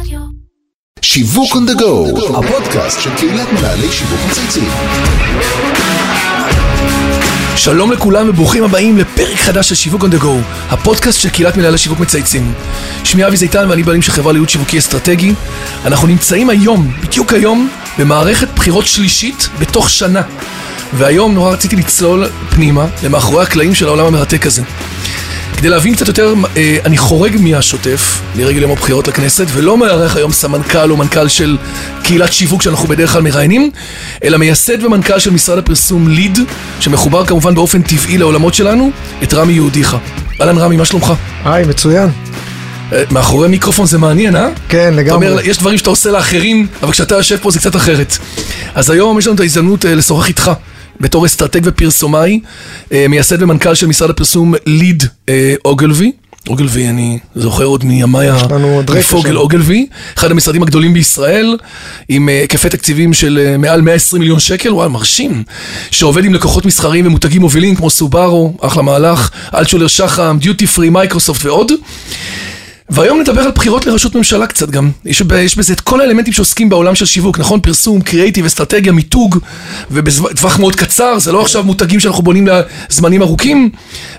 רדיו. שיווק on the go, הפודקאסט של קהילת מנהלי שיווק מצייצים. שלום לכולם וברוכים הבאים לפרק חדש של שיווק on the go, הפודקאסט של קהילת מנהלי שיווק מצייצים. שמי אבי זיתן ואני בעלים של חברה לייעוד שיווקי אסטרטגי. אנחנו נמצאים היום, בדיוק היום, במערכת בחירות שלישית בתוך שנה. והיום נורא רציתי לצלול פנימה למאחורי הקלעים של העולם המרתק הזה. כדי להבין קצת יותר, אה, אני חורג מהשוטף לרגל יום הבחירות לכנסת, ולא מארח היום סמנכ"ל או מנכ"ל של קהילת שיווק שאנחנו בדרך כלל מראיינים, אלא מייסד ומנכ"ל של משרד הפרסום ליד, שמחובר כמובן באופן טבעי לעולמות שלנו, את רמי יהודיך. אהלן רמי, מה שלומך? היי, מצוין. אה, מאחורי מיקרופון זה מעניין, אה? כן, אתה לגמרי. אומר, יש דברים שאתה עושה לאחרים, אבל כשאתה יושב פה זה קצת אחרת. אז היום יש לנו את ההזדמנות אה, לשוחח איתך, בתור אסטרטג ופרסומאי, אה, מייסד ומנכ"ל של משרד הפרסום ליד אה, אוגלווי. אוגלווי, אני זוכר עוד מימיי יש לנו עוד רקע מפוגל שם. אוגלווי, אחד המשרדים הגדולים בישראל, עם אה, היקפי תקציבים של אה, מעל 120 מיליון שקל, וואי, מרשים, שעובד עם לקוחות מסחריים ומותגים מובילים כמו סובארו, אחלה מהלך, אלטשולר שחם, דיוטי פרי, מייקרוסופט ועוד. והיום נדבר על בחירות לראשות ממשלה קצת גם. יש, ב- יש בזה את כל האלמנטים שעוסקים בעולם של שיווק, נכון? פרסום, קריאיטיב, אסטרטגיה, מיתוג, ובטווח מאוד קצר, זה לא עכשיו מותגים שאנחנו בונים לזמנים ארוכים.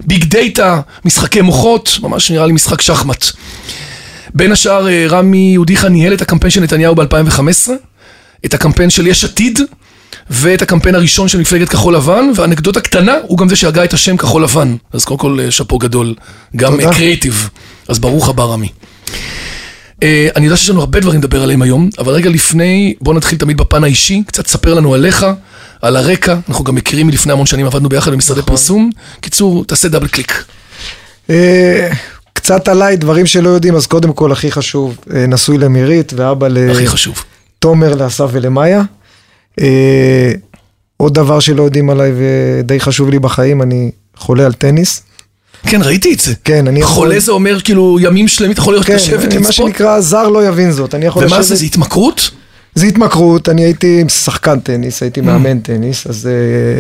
ביג דאטה, משחקי מוחות, ממש נראה לי משחק שחמט. בין השאר, אה, רמי יהודיך ניהל את הקמפיין של נתניהו ב-2015, את הקמפיין של יש עתיד, ואת הקמפיין הראשון של מפלגת כחול לבן, ואנקדוטה קטנה, הוא גם זה שהגה את השם כחול לבן. אז קודם כל, אה, שאפו גדול. גם תודה. אה, קריאיטיב. אז ברוך הבא, רמי. אה, אני יודע שיש לנו הרבה דברים לדבר עליהם היום, אבל רגע לפני, בוא נתחיל תמיד בפן האישי, קצת ספר לנו עליך, על הרקע, אנחנו גם מכירים מלפני המון שנים, עבדנו ביחד במשרדי פרסום. קיצור, תעשה דאבל קליק. אה, קצת עליי, דברים שלא יודעים, אז קודם כל, הכי חשוב, אה, נשוי למירית ואבא הכי חשוב. לתומר, לאסף ולמאיה. אה, עוד דבר שלא יודעים עליי ודי חשוב לי בחיים, אני חולה על טניס. כן, ראיתי את זה. כן, אני יכול- חולה זה אומר כאילו ימים שלמים, אתה יכול להיות כן, לשבת אני- מה לצפות. שנקרא, זר לא יבין זאת. אני יכול ומה זה, לשבת- זה התמכרות? זה התמכרות, אני הייתי שחקן טניס, Mm. הייתי מאמן טניס, אז זה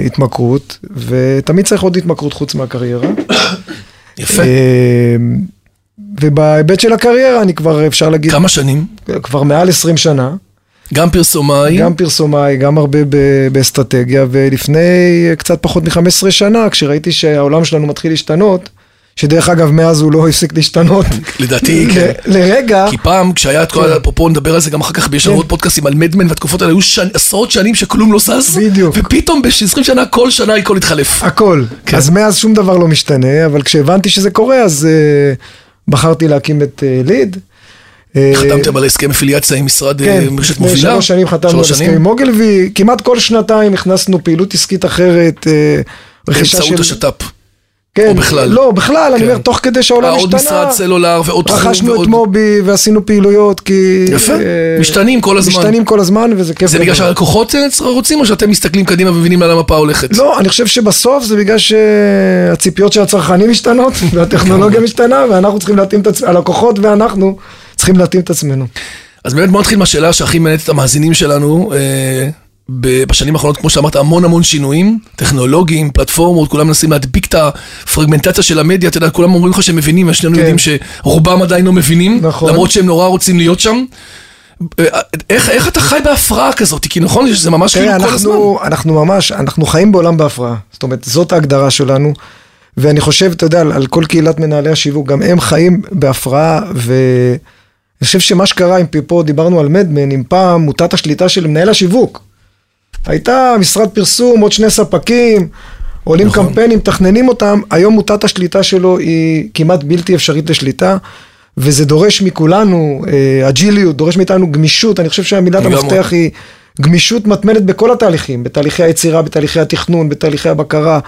התמכרות, ותמיד צריך עוד התמכרות חוץ מהקריירה. יפה. אה, ובהיבט של הקריירה אני כבר אפשר להגיד כמה שנים? כבר מעל 20 שנה, גם פרסומאי, גם פרסומאי, גם הרבה ב- באסטרטגיה, ולפני אה, קצת פחות מ-15 שנה, כשראיתי שהעולם שלנו מתחיל להשתנות, שדרך אגב מאז הוא לא הפסיק להשתנות, לדעתי, כן. ל- לרגע, כי פעם כשהיה את כן. כל, אפרופו נדבר על זה גם אחר כך, יש לנו עוד פודקאסטים על מדמן והתקופות האלה, היו שנ- עשרות שנים שכלום לא זז, בדיוק. ופתאום ב-20 שנה כל שנה הכל התחלף. הכל. כן. אז מאז שום דבר לא משתנה, אבל כשהבנתי שזה קורה, אז אה, בחרתי להקים את אה, ליד. אה, חתמתם על הסכם אפיליאציה עם משרד אה, כן, מרשת לפני מובילה? שלוש שנים חתמנו על שלוש הסכם שנים? עם מוגלבי, כמעט כל שנתיים הכנסנו פעילות עסקית אחרת, אה, רכישה של... באמצעות השת"פ. כן, או בכלל? לא, בכלל, אני כן. אומר, תוך כדי שהעולם אה, השתנה, עוד משרד סלולר ועוד תחום רכשנו את ועוד... מובי ועשינו פעילויות, כי... יפה, אה, משתנים כל הזמן. משתנים כל הזמן, וזה כיף. זה בגלל גדול. שהלקוחות אה, צר- רוצים, או שאתם מסתכלים קדימה ומבינים לאן המפה הולכת? לא, אני חושב שבסוף זה בגלל שהציפיות של הצרכנים משתנות, והטכנולוגיה משתנה, ואנחנו צריכים להתאים את עצמנו, הלקוחות ואנחנו צריכים להתאים את עצמנו. אז באמת בוא נתחיל מהשאלה שהכי מעניינת את המאזינים שלנו. אה, ב- בשנים האחרונות, כמו שאמרת, המון המון שינויים, טכנולוגיים, פלטפורמות, כולם מנסים להדביק את הפרגמנטציה של המדיה, אתה יודע, כולם אומרים לך שהם מבינים, ושנינו כן. יודעים שרובם עדיין לא מבינים, נכון. למרות שהם נורא רוצים להיות שם. אה, איך, איך אתה חי בהפרעה כזאת? כי נכון שזה ממש כאילו תראה, כל הזמן. אנחנו, אנחנו ממש, אנחנו חיים בעולם בהפרעה. זאת אומרת, זאת ההגדרה שלנו. ואני חושב, אתה יודע, על, על כל קהילת מנהלי השיווק, גם הם חיים בהפרעה, ואני חושב שמה שקרה, אם פה דיברנו על מדמן, אם פעם מוטת השליטה של מנהל השיווק. הייתה משרד פרסום, עוד שני ספקים, עולים נכון. נכון. קמפיינים, מתכננים אותם, היום מוטת השליטה שלו היא כמעט בלתי אפשרית לשליטה. וזה דורש מכולנו אה, אג'יליות, דורש מאיתנו גמישות, אני חושב שהמילת לגמרי. המפתח היא גמישות מתמדת בכל התהליכים, בתהליכי היצירה, בתהליכי התכנון, בתהליכי הבקרה,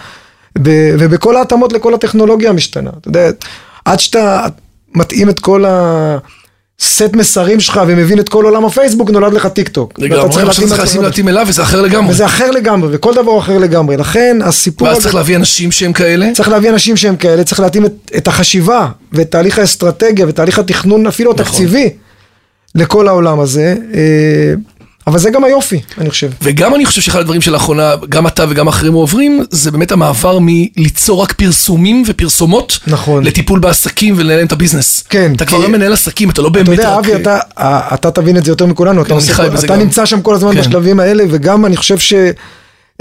ב- ובכל ההתאמות לכל הטכנולוגיה המשתנה. אתה יודע, עד שאתה מתאים את כל הסט מסרים שלך ומבין את כל עולם הפייסבוק, נולד לך טיק טוק. ואתה לגמרי, עכשיו צריך את לשים הטכנולוגיה. להתאים אליו, וזה אחר לגמרי. וזה אחר לגמרי, וכל דבר הוא אחר לגמרי. לכן הסיפור ואז הזה- צריך להביא אנשים שהם כאלה. צריך להביא אנשים שהם כאלה, צריך להתאים את, את החשיבה ואת תהליך האסטרטגיה ואת תהליך התכנון אפילו נכון. התקציבי לכל העולם הזה. אה, אבל זה גם היופי, אני חושב. וגם אני חושב שאחד הדברים שלאחרונה, גם אתה וגם אחרים עוברים, זה באמת המעבר מליצור רק פרסומים ופרסומות, נכון. לטיפול בעסקים ולנהל להם את הביזנס. כן, אתה כי- כבר לא מנהל עסקים, אתה לא באמת אתה יודע, רק... אבי, אתה, אה, אתה תבין את זה יותר מכולנו, אתה, אני עושה, חי בזה אתה גם. נמצא שם כל הזמן כן. בשלבים האלה, וגם אני חושב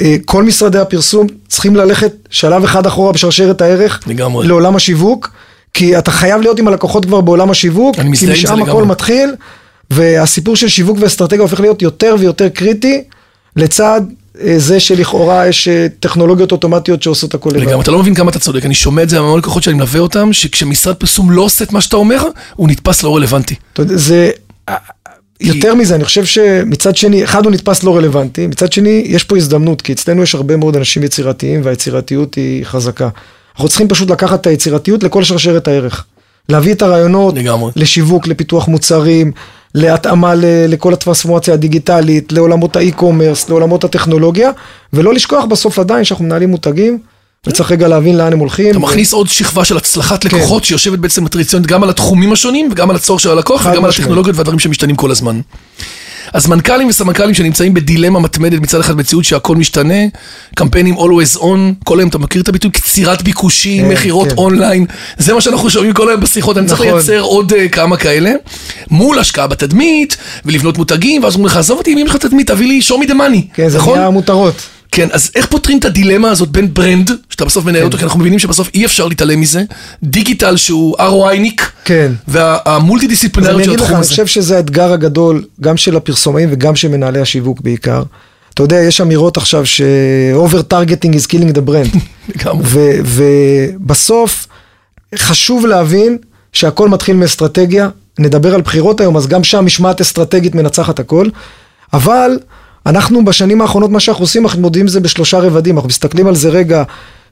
שכל משרדי הפרסום צריכים ללכת שלב אחד אחורה בשרשרת הערך, לגמרי. לעולם השיווק, כי אתה חייב להיות עם הלקוחות כבר בעולם השיווק, אני כי מזדהה עם זה משם הכל לגמרי. מתחיל, והסיפור של שיווק ואסטרטגיה הופך להיות יותר ויותר קריטי, לצד אה, זה שלכאורה יש אה, טכנולוגיות אוטומטיות שעושות הכל לבד. לגמרי, אתה לא מבין כמה אתה צודק, אני שומע את זה מהמון לקוחות שאני מלווה אותם, שכשמשרד פרסום לא עושה את מה שאתה אומר, הוא נתפס לא רלוונטי. אתה יודע, זה... אה, יותר מזה, אני חושב שמצד שני, אחד הוא נתפס לא רלוונטי, מצד שני, יש פה הזדמנות, כי אצלנו יש הרבה מאוד אנשים יצירתיים, והיצירתיות היא חזקה. אנחנו צריכים פשוט לקחת את היצירתיות לכל שרשרת הערך. להביא את הרעיונות, לגמרי. לשיווק, לפיתוח מוצרים, להתאמה ל- לכל הטרנספורמציה הדיגיטלית, לעולמות האי-קומרס, לעולמות הטכנולוגיה, ולא לשכוח בסוף עדיין שאנחנו מנהלים מותגים, וצריך רגע להבין לאן הם הולכים. כן. אתה מכניס עוד שכבה של הצלחת כן. לקוחות שיושבת בעצם מטריציונית גם על התחומים השונים וגם על הצורך של הלקוח חד וגם על משמעית. הטכנולוגיות והדברים שמשתנים כל הזמן. אז מנכ"לים וסמנכ"לים שנמצאים בדילמה מתמדת מצד אחד מציאות שהכל משתנה, קמפיינים always on, כל היום אתה מכיר את הביטוי קצירת ביקושים, כן, מכירות כן. אונליין, זה מה שאנחנו שומעים כל היום בשיחות, אני צריך נכון. לייצר עוד אה, כמה כאלה, מול השקעה בתדמית ולבנות מותגים, ואז אומרים לך עזוב אותי, אם יש לך תדמית תביא לי show me the money, כן, זה נכון? נהיה מותרות. כן, אז איך פותרים את הדילמה הזאת בין ברנד, שאתה בסוף כן. מנהל אותו, כי אנחנו מבינים שבסוף אי אפשר להתעלם מזה, דיגיטל שהוא ROI-ניק, כן. והמולטי אז דיסציפלינריות אני של אגיד לך, התחום אני הזה. חושב שזה האתגר הגדול, גם של הפרסומאים וגם של מנהלי השיווק בעיקר. אתה יודע, יש אמירות עכשיו ש-over targeting is killing the brand. לגמרי. ו- ובסוף חשוב להבין שהכל מתחיל מאסטרטגיה. נדבר על בחירות היום, אז גם שם משמעת אסטרטגית מנצחת הכל. אבל אנחנו בשנים האחרונות, מה שאנחנו עושים, אנחנו מודיעים זה בשלושה רבדים. אנחנו מסתכלים על זה רגע,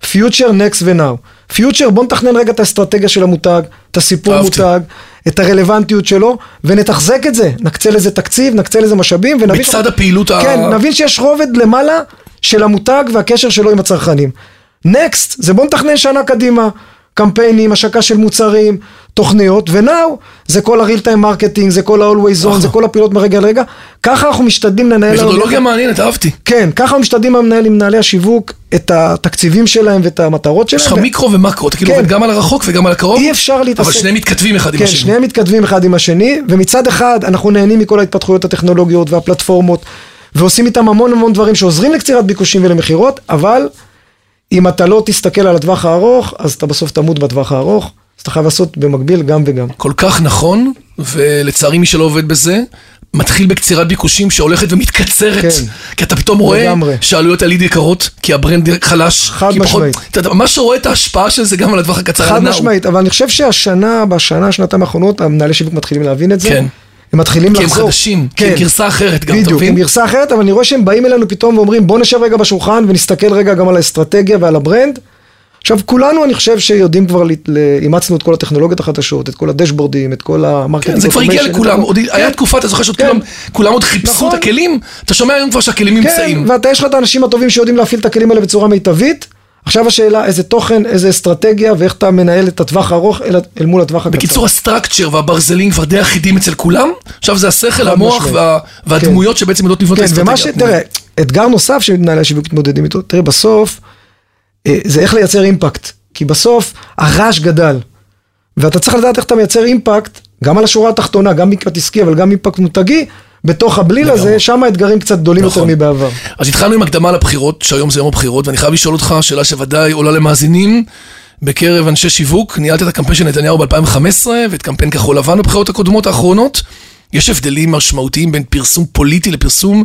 future, next ו-now. future, בוא נתכנן רגע את האסטרטגיה של המותג, את הסיפור אהבתי. מותג, את הרלוונטיות שלו, ונתחזק את זה. נקצה לזה תקציב, נקצה לזה משאבים, ונבין... בצד הפעילות ה- כן, נבין שיש רובד למעלה של המותג והקשר שלו עם הצרכנים. נקסט, זה בוא נתכנן שנה קדימה. קמפיינים, השקה של מוצרים, תוכניות, ונאו, זה כל ה-real time marketing, זה כל ה-always on, זה כל הפעילות מרגע לרגע. ככה אנחנו משתדלים לנהל... נכון. מתודולוגיה מעניינת, אהבתי. כן, ככה אנחנו משתדלים לנהל עם מנהלי השיווק את התקציבים שלהם ואת המטרות שלהם. יש לך ו- מיקרו ומקרו, אתה כאילו כן. עובד גם על הרחוק וגם על הקרוב, אי אפשר להתעסק. אבל שניהם מתכתבים אחד עם כן, השני. שניהם מתכתבים אחד עם השני, ומצד אחד אנחנו נהנים מכל ההתפתחויות הטכנולוגיות והפלטפורמות, ועושים איתם המון המון דברים שעוזרים לקצירת ביקושים ולמכירות, אבל אם אתה לא תסתכל על הטווח הארוך, אז אתה בסוף תמות בטווח הארוך, אז אתה חייב לעשות במקביל גם וגם. כל כך נכון, ולצערי מי שלא עובד בזה, מתחיל בקצירת ביקושים שהולכת ומתקצרת. כן. כי אתה פתאום רואה לגמרי. שהעלויות הליד יקרות, כי הברנד חלש. חד כי פחות- משמעית. אתה ממש רואה את ההשפעה של זה גם על הטווח הקצר. על חד הנאו. משמעית, אבל אני חושב שהשנה, בשנה, שנתיים האחרונות, המנהלי שיווק מתחילים להבין את זה. כן. הם מתחילים כי הם לחזור. כן. חדשים, כי הם גרסה אחרת גם, אתה בדיוק, מבין? עם גרסה אחרת, אבל אני רואה שהם באים אלינו פתאום ואומרים, בוא נשב רגע בשולחן ונסתכל רגע גם על האסטרטגיה ועל הברנד. עכשיו, כולנו, אני חושב שיודעים כבר, לת- ל- אימצנו את כל הטכנולוגיות החדשות, את כל הדשבורדים, את כל המרקטינג. כן, זה כבר הגיע automation, את לכולם, הכל. עוד היה תקופה, אתה זוכר שעוד כן. כולם- כולם עוד חיפשו נכון. את הכלים, אתה שומע היום כבר שהכלים כן, נמצאים. ואתה, יש לך את האנשים הטובים שיודעים להפעיל את הכלים האלה בצורה מיטבית. עכשיו השאלה, איזה תוכן, איזה אסטרטגיה, ואיך אתה מנהל את הטווח הארוך אל, אל מול הטווח הקצר. בקיצור, הסטרקצ'ר והברזלים כבר די אחידים אצל כולם, עכשיו זה השכל, המוח משמעית. וה- והדמויות שבעצם יודעות לבנות אוקיי. את כן, ומה ש... האסטרטגיה. תראה, אתגר נוסף שמנהלי השיווק מתמודדים איתו, תראה, בסוף, אה, זה איך לייצר אימפקט. כי בסוף, הרעש גדל. ואתה צריך לדעת איך אתה מייצר אימפקט, גם על השורה התחתונה, גם אימפקט עסקי, אבל גם אימפקט מותגי, בתוך הבליל הזה, שם האתגרים קצת גדולים יותר נכון. מבעבר. אז התחלנו עם הקדמה לבחירות, שהיום זה יום הבחירות, ואני חייב לשאול אותך שאלה שוודאי עולה למאזינים בקרב אנשי שיווק. ניהלת את הקמפיין של נתניהו ב-2015, ואת קמפיין כחול לבן בבחירות הקודמות האחרונות. יש הבדלים משמעותיים בין פרסום פוליטי לפרסום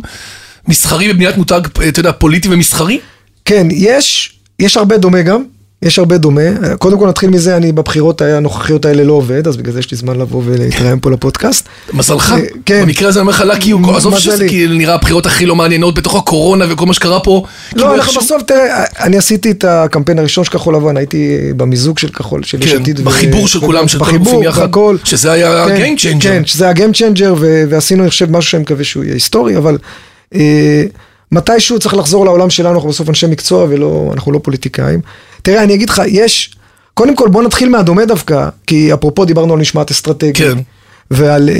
מסחרי ובניית מותג, אה, אתה יודע, פוליטי ומסחרי? כן, יש, יש הרבה דומה גם, יש הרבה דומה. אה, קודם כל נתחיל מזה, אני בבחירות הנוכחיות האלה לא עובד, אז בגלל זה יש לי זמן לבוא ולהתראיין פה לפודקאסט. מזלך. אה, כן. במקרה הזה אני אומר לך, לקי, הוא כל- עזוב מזלי. שזה כאילו נראה הבחירות הכי לא מעניינות בתוך הקורונה וכל מה שקרה פה. כאילו לא, אנחנו איכשהו- בסוף, תראה, אני עשיתי את הקמפיין הראשון של כחול לבן, הייתי אה, במיזוג של כחול, של יש כן, עתיד. ו- בחיבור של ו- כולם, של כל בחיבור, הגופים יחד, והכל. שזה היה כן, ה-game changer. כן, שזה ה-game changer, ו- ועשינו, אני חושב, משהו שאני מקווה שהוא יהיה היסטורי, אבל אה, מתישהו צריך לחזור לעולם שלנו, אנחנו בסוף אנשי מקצוע ולא, אנחנו לא פוליטיקאים. תראה, אני אגיד לך, יש, קודם כל בוא נתחיל מהדומה דווקא, כי אפרופו דיברנו על משמעת אסטרטגית. כן. ועל אה,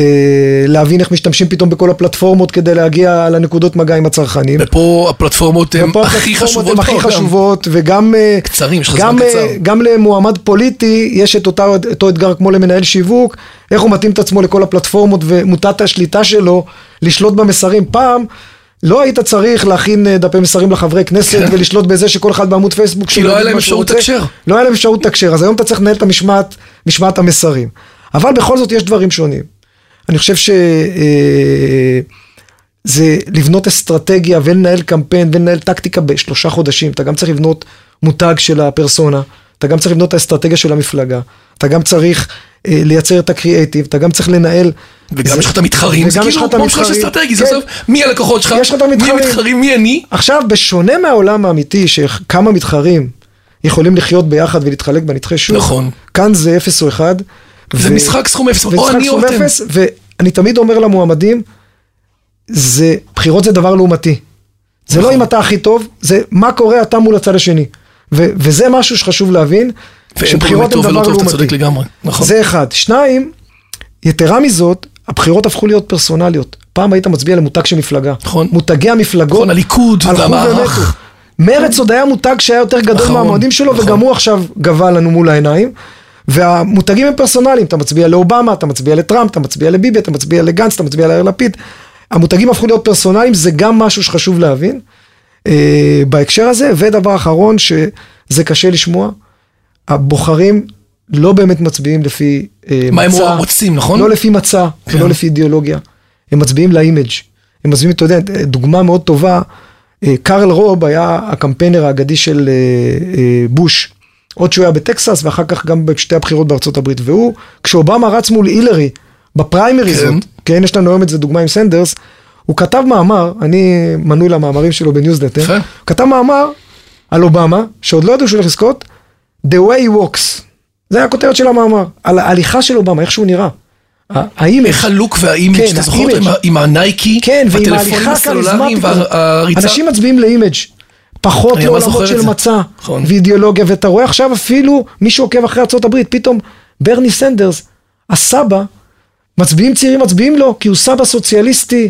להבין איך משתמשים פתאום בכל הפלטפורמות כדי להגיע לנקודות מגע עם הצרכנים. ופה הפלטפורמות הן ופה הכי הפלטפורמות חשובות. הן פה הכי גם. חשובות, וגם אה, קצרים, יש לך זמן גם, אה, קצר. גם למועמד פוליטי יש את אותה, אותו אתגר כמו למנהל שיווק, איך הוא מתאים את עצמו לכל הפלטפורמות ומוטת השליטה שלו לשלוט במסרים. פעם לא היית צריך להכין אה, דפי מסרים לחברי כנסת כן. ולשלוט בזה שכל אחד בעמוד פייסבוק לא היה יגיד להם מה שהוא אפשרות רוצה. תקשר. לא היה להם אפשרות תקשר, אז היום אתה צריך לנהל את המשמעת, משמעת המסרים. אבל בכל זאת יש דברים שונים. אני חושב ש... אה, זה לבנות אסטרטגיה ולנהל קמפיין ולנהל טקטיקה בשלושה חודשים. אתה גם צריך לבנות מותג של הפרסונה, אתה גם צריך לבנות את האסטרטגיה של המפלגה, אתה גם צריך אה, לייצר את הקריאייטיב, אתה גם צריך לנהל... וגם זה- יש לך את המתחרים, זה וגם יש לך כאילו את כמו משחק המתחרים, אסטרטגי, זה כן. עכשיו מי הלקוחות שלך, יש לך את מי המתחרים. המתחרים, מי אני, עכשיו, בשונה מהעולם האמיתי, שכמה מתחרים יכולים לחיות ביחד ולהתחלק בנתחי שוק, נכון. כאן זה אפס או אחד. זה ו- משחק סכום אפס, או ומשחק אני או סכום אתם. אפס, ואני תמיד אומר למועמדים, זה, בחירות זה דבר לעומתי. זה לא נכון. אם אתה הכי טוב, זה מה קורה אתה מול הצד השני. ו- וזה משהו שחשוב להבין, ואין פה טוב ולא טוב, אתה צודק לגמרי, נכון. זה אחד. שניים, יתרה מזאת, הבחירות הפכו להיות פרסונליות. פעם היית מצביע למותג של מפלגה. נכון. מותגי המפלגות. נכון, הליכוד הלכו והמערך. ומתו. מרצ עוד היה מותג שהיה יותר גדול נכון, מהמועדים שלו, נכון. וגם הוא עכשיו גבה לנו מול העיניים. והמותגים הם פרסונליים, אתה מצביע לאובמה, אתה מצביע לטראמפ, אתה מצביע לביבי, אתה מצביע לגנץ, אתה מצביע ליאיר לפיד. המותגים הפכו להיות פרסונליים, זה גם משהו שחשוב להבין אה, בהקשר הזה. ודבר אחרון, שזה קשה לשמוע, הבוחרים לא באמת מצביעים לפי אה, מה הם מצע. רוצים, נכון? לא לפי מצע כן. ולא לפי אידיאולוגיה. הם מצביעים לאימג'. הם מצביעים, אתה יודע, דוגמה מאוד טובה, אה, קארל רוב היה הקמפיינר האגדי של אה, אה, בוש. עוד שהוא היה בטקסס ואחר כך גם בשתי הבחירות בארצות הברית. והוא, כשאובמה רץ מול הילרי בפריימריז, כן. כן. כן, יש לנו היום את זה דוגמה עם סנדרס, הוא כתב מאמר, אני מנוי למאמרים שלו בניוזלטר, יפה. הוא כתב מאמר על אובמה, שעוד לא ידעו שהוא הולך לזכות, The way he walks. זה היה הכותרת של המאמר, על ההליכה של אובמה, איך שהוא נראה. ה- האימג' איך הלוק והאימג' כן, שאתה זוכר אותו, האימג'. עם ה- עם הנייקי, כן, ועם הטלפונים ההליכה הסלולריים הכריזמטית. הזאת. והריצה. אנשים מצביעים לאימג', פחות אני ממש זוכר לעולמות את של זה. מצע נכון. ואידיאולוגיה, ואתה רואה עכשיו אפילו מי שעוקב אחרי ארה"ב, פתאום ברני סנדרס, הסבא, מצביעים צעירים מצביעים לו, כי הוא סבא סוציאליסטי,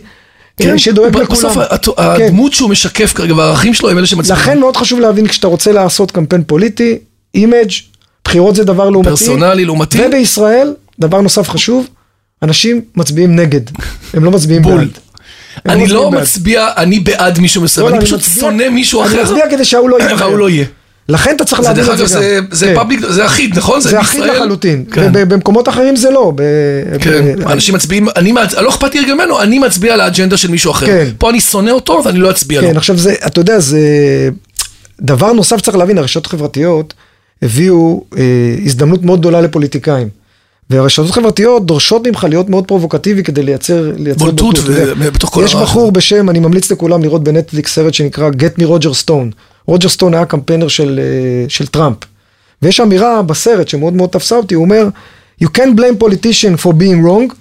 כן, אה, שדואג ב- לכולם. בסוף הת- כן. הדמות שהוא משקף כרגע והערכים שלו הם אלה שמצביעים. לכן מאוד חשוב להבין כשאתה רוצה לעשות קמפיין פוליטי, אימג', בחירות זה דבר לעומתי. פרסונלי, לעומתי. ובישראל, דבר נוסף חשוב, אנשים מצביעים נגד, הם לא מצביעים בול. בעד. הם אני מצביעים לא בעד. מצביע, אני בעד מישהו מסוים, לא, לא, אני אני פשוט מצביע- שונא מישהו אני אחר. מצביע כדי שההוא לא יהיה. לא, וההוא לא יהיה. לכן אתה צריך זה להבין דרך את זה אגב, גם. זה- זה כן. פאבליק, זה אחיד, נכון? זה אחיד בישראל? לחלוטין. אה, כן. ובמקומות אחרים זה לא. ב- כן, ב- אנשים מצביעים, אני, מעצ- לא אכפת לי גם ממנו, אני מצביע על האג'נדה של מישהו אחר. כן. פה אני שונא אותו ואני לא אצביע לו. כן, עכשיו זה, אתה יודע, זה... דבר נוסף שצריך להבין, הרשתות החברתיות הביאו אה, הזדמנות מאוד גדולה לפוליטיקאים. והרשתות החברתיות דורשות ממך להיות מאוד פרובוקטיבי כדי לייצר, לייצר בולטות ו- אתה יודע. בתוך כל יש הרעש. בחור בשם, אני ממליץ לכולם לראות בנטפליקס סרט שנקרא Get me Roger Stone. רוג'ר סטון היה קמפיינר של, אה, של טראמפ. ויש אמירה בסרט שמאוד מאוד תפסה אותי, הוא אומר, You can't blame politician for being wrong,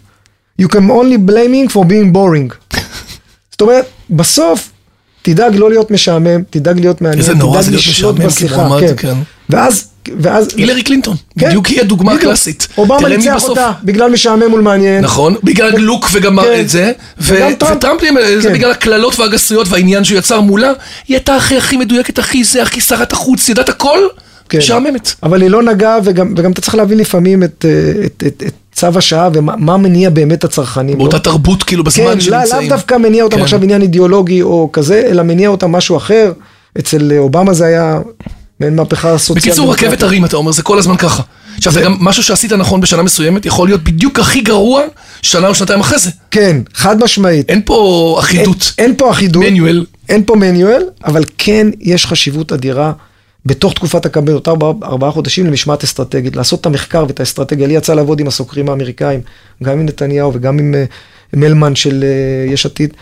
you can only blame him for being boring. זאת אומרת, בסוף תדאג לא להיות משעמם, תדאג להיות מעניין, איזה נורא זה תדאג להיות לשלוט משעמם בשיחה, כמועמד, כן. כן. ואז, ואז, הילרי קלינטון, כן, בדיוק היא הדוגמה בדיוק. הקלאסית. אובמה תראה מי ניצח בסוף- אותה בגלל משעמם מול מעניין. נכון, בגלל לוק וגם כן. את זה, ו- וגם טראמפ. וטראמפ, אה, זה כן. בגלל הקללות והגסויות והעניין שהוא יצר מולה, היא הייתה הכי הכי מדויקת, הכי זה, הכי שרת החוץ, ידעת הכל, כן. משעממת. אבל היא לא נגעה, וגם, וגם אתה צריך להבין לפעמים את, אה, את, את, את צו השעה ומה מה מניע באמת את הצרכנים. באותה לא? תרבות, כאילו, כן, בזמן לא- שנמצאים. לאו דווקא מניע אותם כן. עכשיו עניין אידיאולוגי או כזה, אלא מניע אותם משהו אחר. אצל אה, אובמה זה היה מעין מהפכה סוציאלית. בקיצור, רכבת הרים, אתה אומר, זה כל הזמן ככה. עכשיו, זה גם משהו שעשית נכון בשנה מסוימת, יכול להיות בדיוק הכי גרוע שנה או שנתיים אחרי זה. כן, חד משמעית. אין פה אין, אחידות. אין פה אחידות. מניואל. אין פה מניואל, אבל כן יש חשיבות אדירה בתוך תקופת הקמפיין, אותה ארבעה, ארבעה חודשים למשמעת אסטרטגית, לעשות את המחקר ואת האסטרטגיה. לי יצא לעבוד עם הסוקרים האמריקאים, גם עם נתניהו וגם עם אה, מלמן של אה, יש עתיד.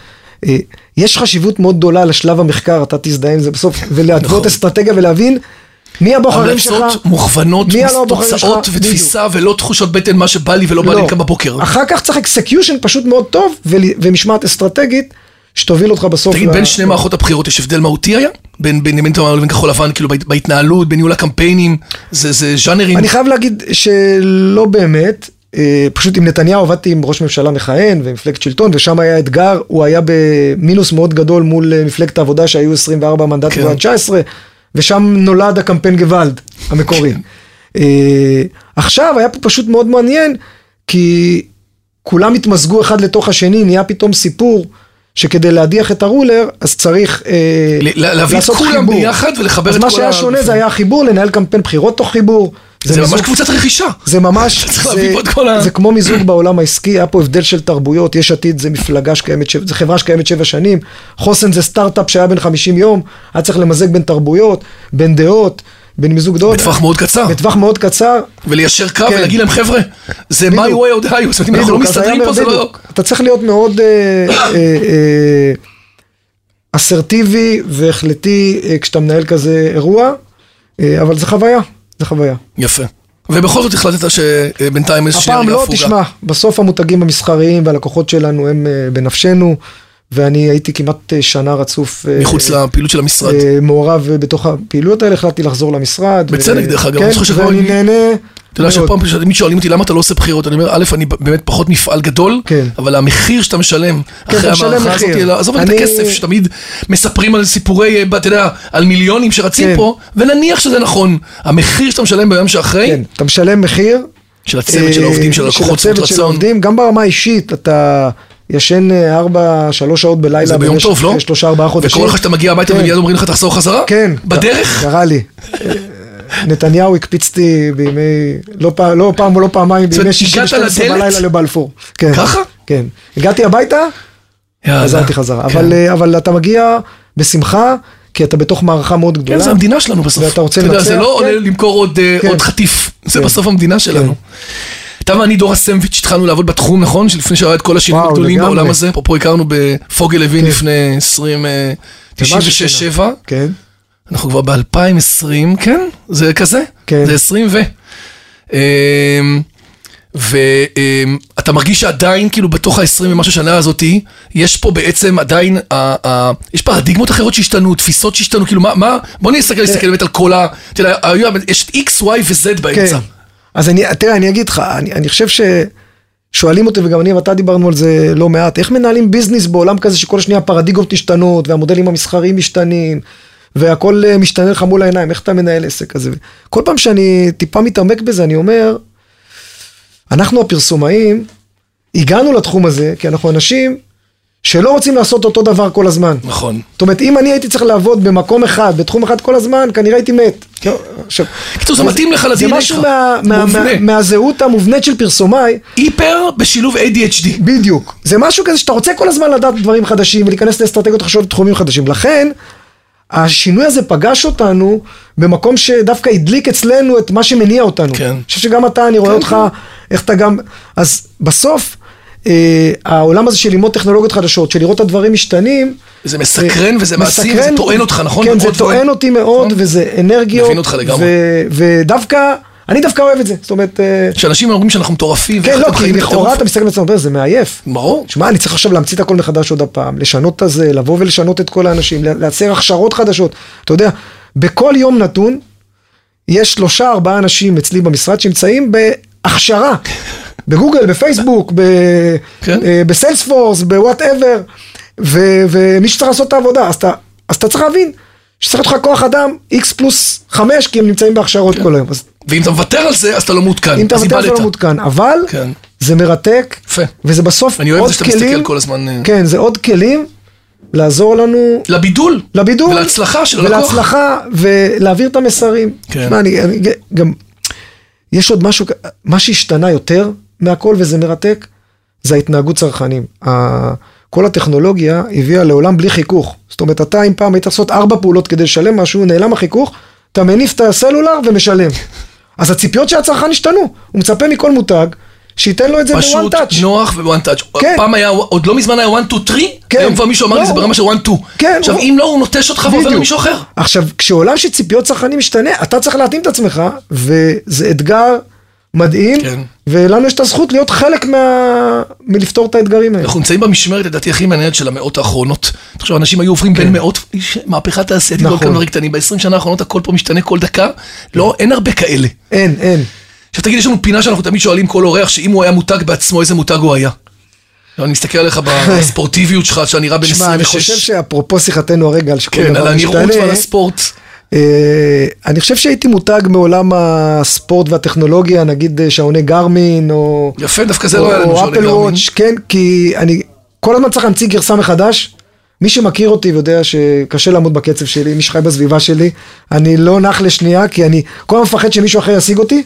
אה, יש חשיבות מאוד גדולה לשלב המחקר, אתה תזדהה עם זה בסוף, נכון. ולהתוות אסטרטגיה ולהבין מי הבוחרים שלך. המלצות מוכוונות, מי הלא הבוחרים תוצאות שלך? ותפיסה, ולא תחושות בטן, מה שבא לי ולא בא לי לא. גם בבוקר. אחר כך צריך אקסקיושן פשוט מאוד טוב ול- ומשמעת אסטרטגית שתוביל אותך בסוף. תגיד, ל- בין שני מערכות הבחירות יש הבדל מהותי היה? בין בנימין תמר לבין כחול לבן, כאילו בהת- בהתנהלות, בניהול הקמפיינים, זה זה ז'אנרים. אני חייב להגיד שלא באמת, אה, פשוט עם נתניהו עבדתי עם ראש ממשלה מכהן ומפלגת שלטון, ושם היה אתגר, הוא היה במינוס מאוד גדול מול אה, מפלגת העבודה שהיו 24 מנדטים כן. ועד 19, ושם נולד הקמפיין גוואלד המקורי. כן. אה, עכשיו היה פה פשוט מאוד מעניין, כי כולם התמזגו אחד לתוך השני, נהיה פתאום סיפור. שכדי להדיח את הרולר, אז צריך אה, ל- ל- להביא את לעשות כולם חיבור. ביחד ולחבר אז את מה כל שהיה ה- שונה זה היה החיבור, לנהל קמפיין בחירות תוך חיבור. זה ממש מיזוג- קבוצת רכישה. זה ממש, צריך זה- להביא פה את כל ה- זה כמו מיזוג בעולם העסקי, היה פה הבדל של תרבויות, יש עתיד זה מפלגה שקיימת, שבע- זה חברה שקיימת שבע שנים, חוסן זה סטארט-אפ שהיה בן 50 יום, היה צריך למזג בין תרבויות, בין דעות, בין מיזוג דעות. בטווח מאוד קצר. בטווח מאוד קצר. וליישר קו כן. ולהגיד להם, חבר'ה, זה my בדיוק. way or die, זאת אומרת, אם אנחנו לא בדיוק, אז מסתדרים היה- פה, זה לא... בדיוק. אתה צריך להיות מאוד אה, אה, אה, אסרטיבי והחלטי אה, כשאתה מנהל כזה אירוע, אה, אבל זה חוויה, זה חוויה. יפה. ובכל זאת החלטת שבינתיים איזושהי הפעם לא, תשמע, בסוף המותגים המסחריים והלקוחות שלנו הם אה, בנפשנו, ואני הייתי כמעט אה, שנה רצוף. אה, מחוץ אה, לפעילות של המשרד. אה, מעורב אה, בתוך הפעילויות האלה, החלטתי לחזור למשרד. בצדק, ו- דרך אגב, אני כן, זוכר שכבר ואני אני- נהנה. אתה יודע מאוד. שפעם תמיד שואלים אותי למה אתה לא עושה בחירות, אני אומר, א', אני ב- באמת פחות מפעל גדול, כן. אבל המחיר שאתה משלם אתה אחרי משלם המערכה מחיר. הזאת, אלא- עזוב את אני- הכסף שתמיד מספרים על סיפורי, אה, אתה יודע, על מיליונים שרצים כן. פה, ונניח שזה נכון, המחיר שאתה משלם ביום כן, שאחרי, אתה משלם מחיר. של הצוות, של אה, העובדים, של הלקוחות, הצוות, זכות של רצון, העובדים, גם ברמה האישית, אתה ישן 4, 3 שעות בלילה. זה ביום במשך, טוב, לא? אה, שלושה, ארבעה חודשים. וקורא לך שאתה מגיע הביתה כן. ומיד אומרים לך תחזור חזרה? כן. בדרך? קרה לי. אה, נתניהו הקפיץ אותי בימי, לא, פע, לא פעם ולא פעמיים, אומרת, בימי שישי הגעת ב-12 לדלת? בלילה לבלפור. כן. ככה? כן. הגעתי הביתה, יאללה. חזרתי חזרה. כן. אבל, אה, אבל אתה מגיע בשמחה, כי אתה בתוך מערכה מאוד גדולה. כן, זה המדינה שלנו בסוף. ואתה רוצה אתה יודע, לנצח, זה לא כן. עולה למכור עוד, אה, כן. עוד חטיף, זה כן. בסוף המדינה שלנו. אתה ואני דור הסנדוויץ' התחלנו לעבוד בתחום, נכון? שלפני שהיה את כל השינויים וואו, הגדולים לגמרי. בעולם הזה. אפרופו הכרנו בפוגל לוין לפני 20... אה, ומשהו 96 שנה. 7 כן. אנחנו כבר ב-2020, כן? זה כזה? כן. זה 20 ו... אמ, ואתה מרגיש שעדיין, כאילו, בתוך ה-20 ומשהו שנה הזאתי, יש פה בעצם עדיין, ה- ה- יש פרדיגמות אחרות שהשתנו, תפיסות שהשתנו, כאילו, מה, מה, בוא כן. נסתכל, נסתכל באמת על כל ה... אתה יודע, היו- יש את X, Y ו-Z כן. באמצע. אז אני, תראה, אני אגיד לך, אני, אני חושב ששואלים אותי, וגם אני ואתה דיברנו על זה לא מעט, איך מנהלים ביזנס בעולם כזה שכל שנייה הפרדיגמות משתנות, והמודלים המסחריים משתנים, והכל אה, משתנה לך מול העיניים, איך אתה מנהל עסק כזה? כל פעם שאני טיפה מתעמק בזה, אני אומר, אנחנו הפרסומאים, הגענו לתחום הזה, כי אנחנו אנשים שלא רוצים לעשות אותו דבר כל הזמן. נכון. זאת אומרת, אם אני הייתי צריך לעבוד במקום אחד, בתחום אחד כל הזמן, כנראה הייתי מת. עכשיו, כן. קיצור, זה מתאים לך זה ל-DNA משהו שלך. מה- מה- מובנה. מה- מהזהות המובנית של פרסומאי, היפר בשילוב ADHD. בדיוק. זה משהו כזה שאתה רוצה כל הזמן לדעת דברים חדשים ולהיכנס לאסטרטגיות חשובות ותחומים חדשים. לכן, השינוי הזה פגש אותנו במקום שדווקא הדליק אצלנו את מה שמניע אותנו. כן. אני חושב שגם אתה, אני רואה אותך, איך אתה גם... אז בסוף, אה, העולם הזה של ללמוד טכנולוגיות חדשות, של לראות את הדברים משתנים, אה, זה מסקרן וזה מעשי, מסקרן. זה טוען אותך, נכון? כן, זה מאוד טוען אותי מאוד, נכון? וזה אנרגיות. מבין אותך לגמרי. ו- ודווקא, אני דווקא אוהב את זה. זאת אומרת... אה, שאנשים אומרים שאנחנו מטורפים, כן, ואיך לא, אתם כי חיים את לכאורה הטירוף. אתה מסתכל בעצם, זה מעייף. ברור. שמע, אני צריך עכשיו להמציא את הכל מחדש עוד הפעם, לשנות את הזה, לבוא ולשנות את כל האנשים, לה- לייצר הכשרות חדשות. אתה יודע, בכל יום נתון, יש שלושה ארבעה אנשים אצלי במשרד שנמצאים בהכשרה. בגוגל, בפייסבוק, ב... כן. אה, בסיילספורס, בוואטאבר, ו... ומי שצריך לעשות את העבודה, אז אתה, אז אתה צריך להבין שצריך להיות לך כוח אדם X פלוס 5, כי הם נמצאים בהכשרות כן. כל היום. אז ואם אתה מוותר על זה, אז אתה לא מעודכן. אם אתה אז מוותר זה לא איבדת. מעודכן, אבל כן. זה מרתק, יפה. וזה בסוף אני אוהב את עוד זה שאתה כלים, מסתכל כל הזמן, אה. כן, זה עוד כלים לעזור לנו לבידול. לבידול, ולהצלחה של הלקוח. ולהצלחה, ולהעביר את המסרים. כן. שמע, אני, אני גם, יש עוד משהו, מה שהשתנה יותר מהכל, וזה מרתק, זה ההתנהגות צרכנים. ה- כל הטכנולוגיה הביאה לעולם בלי חיכוך. זאת אומרת, אתה אם פעם היית צריך לעשות ארבע פעולות כדי לשלם משהו, נעלם החיכוך, אתה מניף את הסלולר ומשלם. אז הציפיות של הצרכן השתנו, הוא מצפה מכל מותג, שייתן לו את זה בוואן פשוט לא טאץ'. נוח ו-one touch. כן. פעם היה, עוד לא מזמן היה one to three, כן. היום כבר מישהו אמר לא, לי זה ברמה של one to. כן, עכשיו, הוא- אם לא, הוא נוטש אותך ועובר בדיוק. למישהו אחר. עכשיו, כשעולם של ציפיות צרכנים משתנה, אתה צריך להתאים את עצמך, וזה אתגר מדהים, כן. ולנו יש את הזכות להיות חלק מה... מלפתור את האתגרים האלה. אנחנו נמצאים במשמרת, לדעתי, הכי מעניינת של המאות האחרונות. תחשוב, אנשים היו עוברים בין מאות, איש, מהפכה תעשייתית, כן. נכון. ועוד כמה דברים קטנים. ב-20 שנה האחרונות הכל פה משתנה כל דקה. לא, אין הרבה כאלה. אין, אין. עכשיו תגיד, יש לנו פינה שאנחנו תמיד שואלים כל אורח, שאם הוא היה מותג בעצמו, איזה מותג הוא היה? לא, אני מסתכל עליך בספורטיביות שלך, שאתה נראה בן 26. שמע, אני חושב שאפרופו שיחתנו הרגע על שכל כן, על דבר הנראות ועל משתנה, הספורט. אה, אני חושב שהייתי מותג מעולם הספורט והטכנולוגיה, נגיד אה, שעוני גרמין, או... יפה, דווקא זה לא היה לנו או שעוני אפל גרמין. וואץ', כן, כי אני כל הזמן צריך להמציא גרסה מחדש. מי שמכיר אותי ויודע שקשה לעמוד בקצב שלי, מי שחי בסביבה שלי, אני לא נח לשנייה, כי אני כל הזמן מפחד שמישהו אחר ישיג אותי,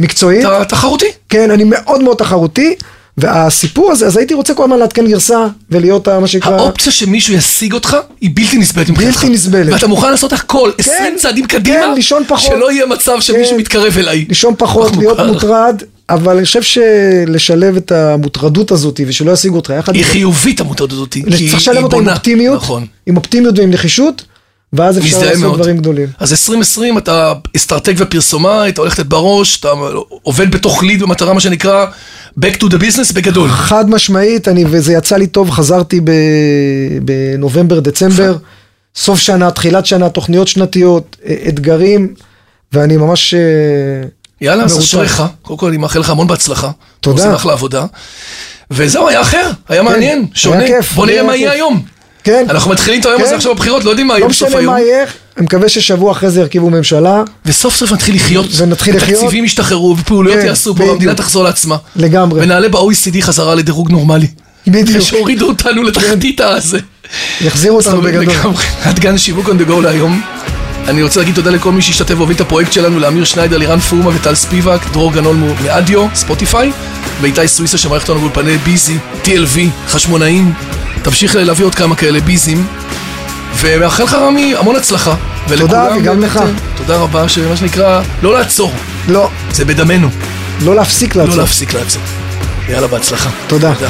מקצועית. אתה תחרותי. כן, אני מאוד מאוד תחרותי, והסיפור הזה, אז הייתי רוצה כל הזמן לעדכן גרסה, ולהיות ה- מה שנקרא... האופציה שמישהו ישיג אותך היא בלתי נסבלת מבחינתך. בלתי נסבלת. ואתה מוכן לעשות הכל, כן, 20 צעדים קדימה, כן, לישון פחות. שלא יהיה מצב שמישהו כן. מתקרב אליי. לישון פחות, אנחנו להיות כאן. מוטרד, אבל אני חושב שלשלב את המוטרדות הזאת, ושלא ישיגו אותך יחד... היא עם- חיובית המוטרדת אותי, כי צריך לשלב היא אותה עם בונה. אופטימיות, נכון. עם אופטימיות ועם נחישות, ואז אפשר מזדהה לעשות מאוד. דברים גדולים. אז 2020 אתה אסטרטג ופרסומאי, אתה הולך לתת בראש, אתה עובד בתוכנית במטרה מה שנקרא back to the business בגדול. חד משמעית, אני, וזה יצא לי טוב, חזרתי ב, בנובמבר, דצמבר, סוף שנה, תחילת שנה, תוכניות שנתיות, א- אתגרים, ואני ממש... אה, יאללה, אז מרותק. אשריך. קודם כל אני מאחל לך המון בהצלחה. תודה. כן, עושה אחלה עבודה. וזהו, היה אחר, היה מעניין, שונה. כיף, בוא נראה היה מה יהיה כיף. היום. כן, אנחנו מתחילים את היום כן. הזה עכשיו בבחירות, לא יודעים מה יהיה לא בסוף משנה היום. מה יהיה, אני מקווה ששבוע אחרי זה ירכיבו ממשלה, וסוף סוף נתחיל לחיות. ונתחיל לחיות. תקציבים ישתחררו, ופעולות כן, יעשו פה, בדיוק. והמדינה תחזור לעצמה. לגמרי. ונעלה ב-OECD חזרה לדירוג נורמלי. בדיוק, כן. שהורידו אותנו לתחתית הזה. יחזירו אותנו לגמרי, בגדול. עד כאן שיווק on the go להיום. אני רוצה להגיד תודה לכל מי שהשתתף והוביל את הפרויקט שלנו, לאמיר שניידר, לירן פורמה וטל ספיבק, דרור גנול מ- מאדיו, ספוטיפיי, ואיתי סוויסה שמערכת אותנו באולפני ביזי, TLV, חשמונאים. תמשיך להביא עוד כמה כאלה ביזים. ומאחל לך רמי המון הצלחה. ולכולם אבי, גם באמת, לך. אה, תודה רבה, שמה שנקרא, לא לעצור, לא, זה בדמנו, לא להפסיק לא לעצור. להפסיק לעצור. יאללה, בהצלחה. תודה. תודה.